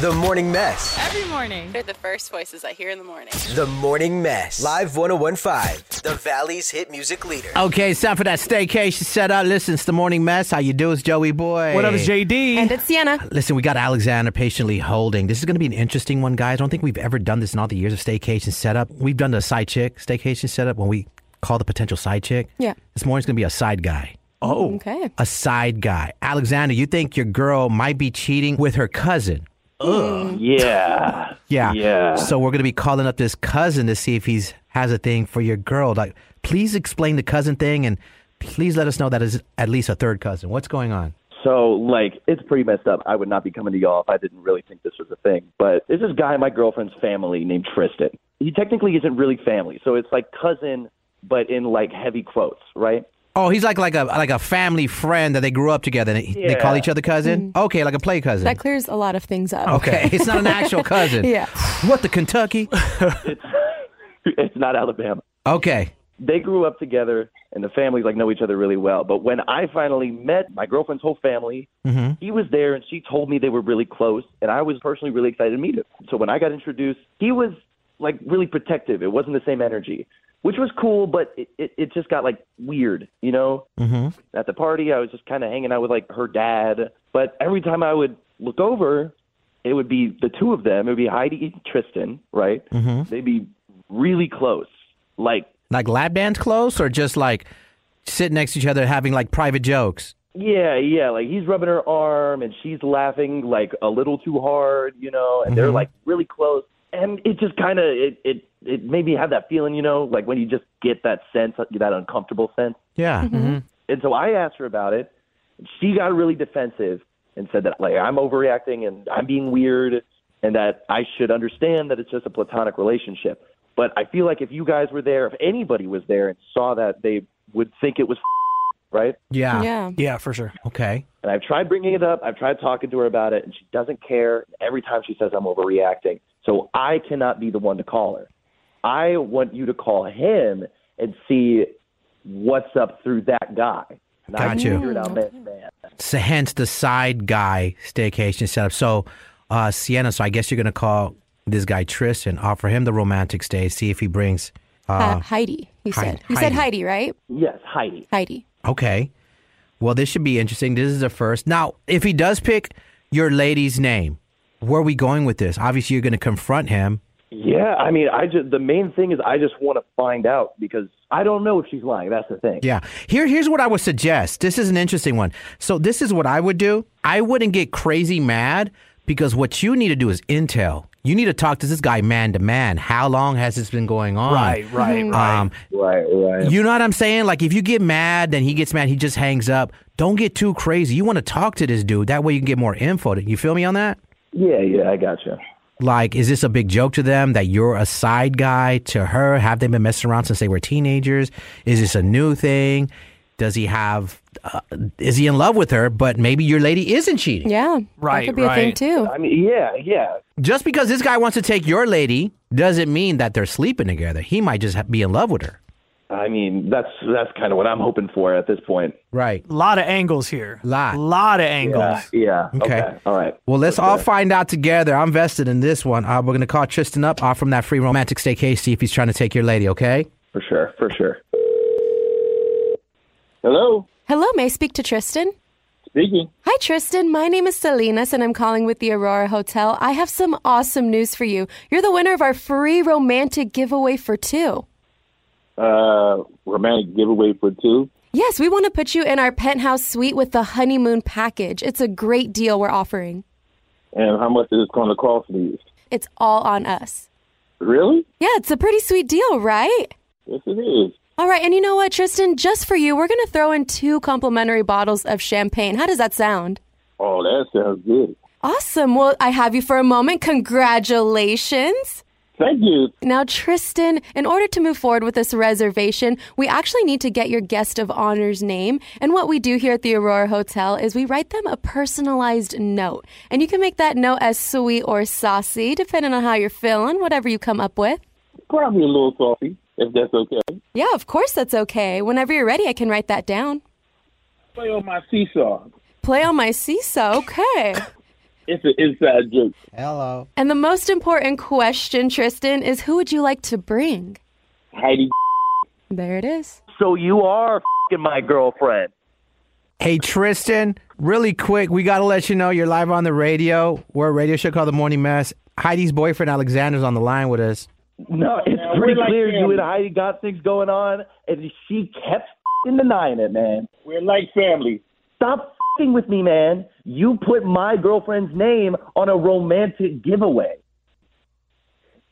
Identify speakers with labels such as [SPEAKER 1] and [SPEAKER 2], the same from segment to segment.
[SPEAKER 1] The Morning Mess.
[SPEAKER 2] Every morning.
[SPEAKER 3] They're the first voices I hear in the morning.
[SPEAKER 1] The Morning Mess. Live 1015. The Valley's hit music leader.
[SPEAKER 4] Okay, it's time for that staycation set up. Listen, it's the morning mess. How you do? It's Joey Boy.
[SPEAKER 5] What up, it's JD?
[SPEAKER 2] And it's Sienna.
[SPEAKER 4] Listen, we got Alexander patiently holding. This is going to be an interesting one, guys. I don't think we've ever done this in all the years of staycation setup. We've done the side chick staycation setup when we call the potential side chick.
[SPEAKER 2] Yeah.
[SPEAKER 4] This morning's going to be a side guy.
[SPEAKER 5] Oh,
[SPEAKER 2] Okay.
[SPEAKER 4] A side guy. Alexander, you think your girl might be cheating with her cousin?
[SPEAKER 6] Yeah.
[SPEAKER 4] Yeah.
[SPEAKER 6] Yeah.
[SPEAKER 4] So we're going to be calling up this cousin to see if he's has a thing for your girl. Like, please explain the cousin thing and please let us know that is at least a third cousin. What's going on?
[SPEAKER 6] So like it's pretty messed up. I would not be coming to y'all if I didn't really think this was a thing. But there's this guy in my girlfriend's family named Tristan. He technically isn't really family, so it's like cousin, but in like heavy quotes, right?
[SPEAKER 4] Oh, he's like like a like a family friend that they grew up together. And he- They call each other cousin. Okay, like a play cousin.
[SPEAKER 2] Mm-hmm. That clears a lot of things up.
[SPEAKER 4] okay, it's not an actual cousin.
[SPEAKER 2] Yeah.
[SPEAKER 4] What the Kentucky?
[SPEAKER 6] it's not Alabama.
[SPEAKER 4] Okay.
[SPEAKER 6] They grew up together, and the families like know each other really well. But when I finally met my girlfriend's whole family, he was there, and she told me they were really close, and I was personally really excited to meet him. So when I got introduced, he was like really protective. It wasn't the same energy, which was cool, but it, it, it just got like weird, you know? Mm-hmm. At the party, I was just kind of hanging out with like her dad. But every time I would look over, it would be the two of them. It would be Heidi and Tristan, right? Mm-hmm. They'd be really close. Like,
[SPEAKER 4] Like lap dance close or just like sitting next to each other having like private jokes.
[SPEAKER 6] yeah, yeah. Like he's rubbing her arm and she's laughing like a little too hard, you know, and they're like really close. And it just kind of it, it it made me have that feeling, you know, like when you just get that sense, that uncomfortable sense.
[SPEAKER 4] Yeah.
[SPEAKER 2] Mm-hmm.
[SPEAKER 4] Mm-hmm.
[SPEAKER 6] And so I asked her about it. She got really defensive and said that like I'm overreacting and I'm being weird and that I should understand that it's just a platonic relationship. But I feel like if you guys were there, if anybody was there and saw that, they would think it was right.
[SPEAKER 4] Yeah.
[SPEAKER 2] Yeah.
[SPEAKER 5] Yeah, for sure.
[SPEAKER 4] Okay.
[SPEAKER 6] And I've tried bringing it up. I've tried talking to her about it, and she doesn't care. Every time she says I'm overreacting, so I cannot be the one to call her. I want you to call him and see what's up through that guy. And I
[SPEAKER 4] Got you.
[SPEAKER 6] figured out man, to man.
[SPEAKER 4] So hence the side guy staycation setup. So, uh, Sienna, so I guess you're going to call this guy Tristan, offer him the romantic stay, see if he brings.
[SPEAKER 2] Uh, Heidi, you
[SPEAKER 4] Heidi-
[SPEAKER 2] said. You said
[SPEAKER 4] Heidi.
[SPEAKER 2] Heidi, right?
[SPEAKER 6] Yes, Heidi.
[SPEAKER 2] Heidi.
[SPEAKER 4] Okay. Well, this should be interesting. This is the first. Now, if he does pick your lady's name, where are we going with this? Obviously, you're going to confront him.
[SPEAKER 6] Yeah, I mean, I just the main thing is I just want to find out because I don't know if she's lying. That's the thing.
[SPEAKER 4] Yeah. Here, here's what I would suggest. This is an interesting one. So, this is what I would do. I wouldn't get crazy mad because what you need to do is intel. You need to talk to this guy man to man. How long has this been going on?
[SPEAKER 5] Right, right, right.
[SPEAKER 4] Um,
[SPEAKER 6] Right, right.
[SPEAKER 4] You know what I'm saying? Like if you get mad, then he gets mad. He just hangs up. Don't get too crazy. You want to talk to this dude. That way you can get more info. You feel me on that?
[SPEAKER 6] yeah, yeah, I gotcha.
[SPEAKER 4] Like, is this a big joke to them that you're a side guy to her? Have they been messing around since they were teenagers? Is this a new thing? Does he have? Uh, is he in love with her? But maybe your lady isn't cheating.
[SPEAKER 2] Yeah. That
[SPEAKER 5] Right,
[SPEAKER 2] could be a thing
[SPEAKER 5] right.
[SPEAKER 2] too.
[SPEAKER 6] I mean, yeah, yeah.
[SPEAKER 4] Just because this guy wants to take your lady doesn't mean that they're sleeping together. He might just ha- be in love with her.
[SPEAKER 6] I mean, that's that's kind of what I'm hoping for at this point.
[SPEAKER 4] Right.
[SPEAKER 5] A lot of angles here.
[SPEAKER 4] Lot.
[SPEAKER 5] lot of angles.
[SPEAKER 6] Yeah, yeah.
[SPEAKER 4] Okay.
[SPEAKER 6] All right.
[SPEAKER 4] Well, let's all find out together. I'm vested in this one. Uh, we're going to call Tristan up, offer him that free romantic staycation, see if he's trying to take your lady, okay?
[SPEAKER 6] For sure. For sure. Hello.
[SPEAKER 2] Hello, may I speak to Tristan?
[SPEAKER 7] Speaking.
[SPEAKER 2] Hi, Tristan. My name is Salinas, and I'm calling with the Aurora Hotel. I have some awesome news for you. You're the winner of our free romantic giveaway for two.
[SPEAKER 7] Uh, romantic giveaway for two.
[SPEAKER 2] Yes, we want to put you in our penthouse suite with the honeymoon package. It's a great deal we're offering.
[SPEAKER 7] And how much is it going to cost me?
[SPEAKER 2] It's all on us.
[SPEAKER 7] Really?
[SPEAKER 2] Yeah, it's a pretty sweet deal, right?
[SPEAKER 7] Yes, it is.
[SPEAKER 2] All right, and you know what, Tristan? Just for you, we're going to throw in two complimentary bottles of champagne. How does that sound?
[SPEAKER 7] Oh, that sounds good.
[SPEAKER 2] Awesome. Well, I have you for a moment. Congratulations.
[SPEAKER 7] Thank you.
[SPEAKER 2] Now, Tristan, in order to move forward with this reservation, we actually need to get your guest of honor's name. And what we do here at the Aurora Hotel is we write them a personalized note. And you can make that note as sweet or saucy, depending on how you're feeling, whatever you come up with.
[SPEAKER 7] Probably a little salty, if that's okay.
[SPEAKER 2] Yeah, of course, that's okay. Whenever you're ready, I can write that down.
[SPEAKER 7] Play on my seesaw.
[SPEAKER 2] Play on my seesaw, okay.
[SPEAKER 7] It's an inside joke.
[SPEAKER 4] Hello.
[SPEAKER 2] And the most important question, Tristan, is who would you like to bring?
[SPEAKER 7] Heidi.
[SPEAKER 2] There it is.
[SPEAKER 6] So you are fing my girlfriend.
[SPEAKER 4] Hey, Tristan, really quick, we got to let you know you're live on the radio. We're a radio show called The Morning Mess. Heidi's boyfriend, Alexander's, on the line with us.
[SPEAKER 6] No, it's
[SPEAKER 7] Yeah,
[SPEAKER 6] pretty
[SPEAKER 7] we're like
[SPEAKER 6] clear you
[SPEAKER 7] family.
[SPEAKER 6] and Heidi got things going on, and she kept fing denying it, man.
[SPEAKER 7] We're like family.
[SPEAKER 6] Stop fing with me, man. You put my girlfriend's name on a romantic giveaway.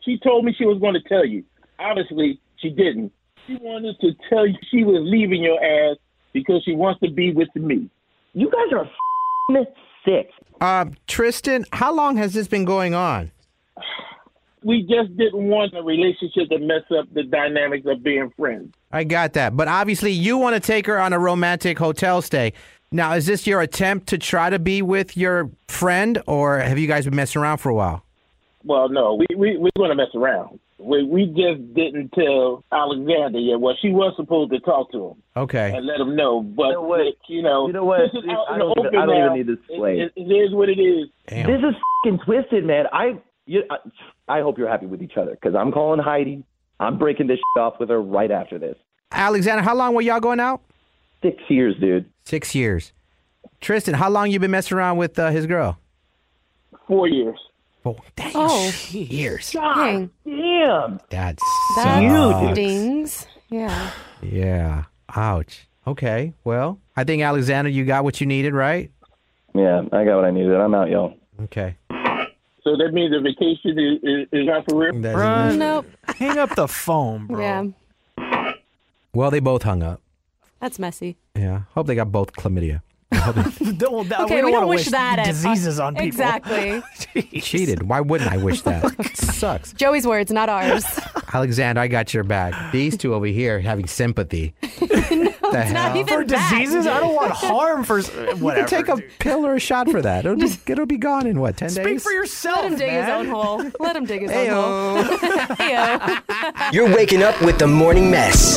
[SPEAKER 7] She told me she was going to tell you. Obviously, she didn't. She wanted to tell you she was leaving your ass because she wants to be with me.
[SPEAKER 6] You guys are fing sick.
[SPEAKER 4] Uh, Tristan, how long has this been going on?
[SPEAKER 7] We just didn't want a relationship to mess up the dynamics of being friends.
[SPEAKER 4] I got that. But obviously, you want to take her on a romantic hotel stay. Now, is this your attempt to try to be with your friend, or have you guys been messing around for a while?
[SPEAKER 7] Well, no, we, we, we're going to mess around. We, we just didn't tell Alexander yet. Well, she was supposed to talk to him.
[SPEAKER 4] Okay.
[SPEAKER 6] Uh,
[SPEAKER 7] and let them know. But you
[SPEAKER 6] know
[SPEAKER 7] know,
[SPEAKER 6] what?
[SPEAKER 7] you know,
[SPEAKER 6] You know what?
[SPEAKER 7] This is out
[SPEAKER 6] I
[SPEAKER 7] in the
[SPEAKER 6] don't
[SPEAKER 7] open
[SPEAKER 6] even- I don't even
[SPEAKER 7] now.
[SPEAKER 6] need this
[SPEAKER 7] It-
[SPEAKER 6] played.
[SPEAKER 7] It, it is what it is.
[SPEAKER 4] Damn.
[SPEAKER 6] This is fing twisted, man. I you, I I hope you're happy with each other because I'm calling Heidi. I'm breaking this shit off with her right after this.
[SPEAKER 4] Alexander, how long were y'all going out?
[SPEAKER 6] Six years, dude.
[SPEAKER 4] Six years. Tristan, how long you been messing around with uh, his girl?
[SPEAKER 7] Four years.
[SPEAKER 4] Oh, dang,
[SPEAKER 2] Oh.
[SPEAKER 4] years.
[SPEAKER 2] Dang.
[SPEAKER 6] Damn.
[SPEAKER 4] That's
[SPEAKER 2] That
[SPEAKER 4] so.
[SPEAKER 2] stings. Yeah.
[SPEAKER 4] Yeah. Ouch. Okay. Well, I think Alexander, you got what you needed, right?
[SPEAKER 6] Yeah, I got what I needed. I'm out, y'all.
[SPEAKER 4] Okay.
[SPEAKER 7] So that means the vacation is, is, is not for real.
[SPEAKER 5] Bruh,
[SPEAKER 2] Nope.
[SPEAKER 5] hang up the phone, bro.
[SPEAKER 2] Yeah.
[SPEAKER 4] Well, they both hung up.
[SPEAKER 2] That's messy.
[SPEAKER 4] Yeah. Hope they got both chlamydia.
[SPEAKER 5] Don't, that-
[SPEAKER 2] Okay,
[SPEAKER 5] we
[SPEAKER 2] we
[SPEAKER 5] don't,
[SPEAKER 2] don't
[SPEAKER 5] wanna
[SPEAKER 2] wish that at-
[SPEAKER 5] diseases on people.
[SPEAKER 2] Exactly.
[SPEAKER 4] Cheated. Why wouldn't I wish that? Sucks.
[SPEAKER 2] Joey's words, not ours.
[SPEAKER 4] Alexander, I got your back. These two over here having sympathy. the
[SPEAKER 2] It's not
[SPEAKER 4] hell?
[SPEAKER 2] even
[SPEAKER 5] For
[SPEAKER 2] that.
[SPEAKER 5] diseases, I don't want harm for s- whatever.
[SPEAKER 4] Take a
[SPEAKER 5] dude.
[SPEAKER 4] pill or a shot for that. It'll be, it'll be gone in what ten
[SPEAKER 5] Speak
[SPEAKER 4] days?
[SPEAKER 5] for yourself,
[SPEAKER 2] Let him dig his
[SPEAKER 5] Oh, man.
[SPEAKER 2] own hole. Let him dig his own hole.
[SPEAKER 4] Ayo.
[SPEAKER 2] Heyo.
[SPEAKER 1] You're waking up with the morning mess.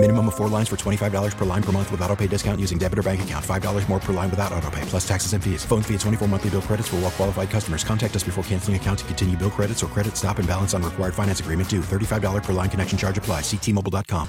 [SPEAKER 8] Minimum of four lines for $25 per line per month with auto pay discount using debit or bank account. $5 more per line without auto pay, plus taxes and fees. Phone fee at 24 monthly bill credits for all qualified customers. Contact us before canceling account to continue bill credits or credit stop and balance on required finance agreement due. $35 per line connection charge apply. Ctmobile.com.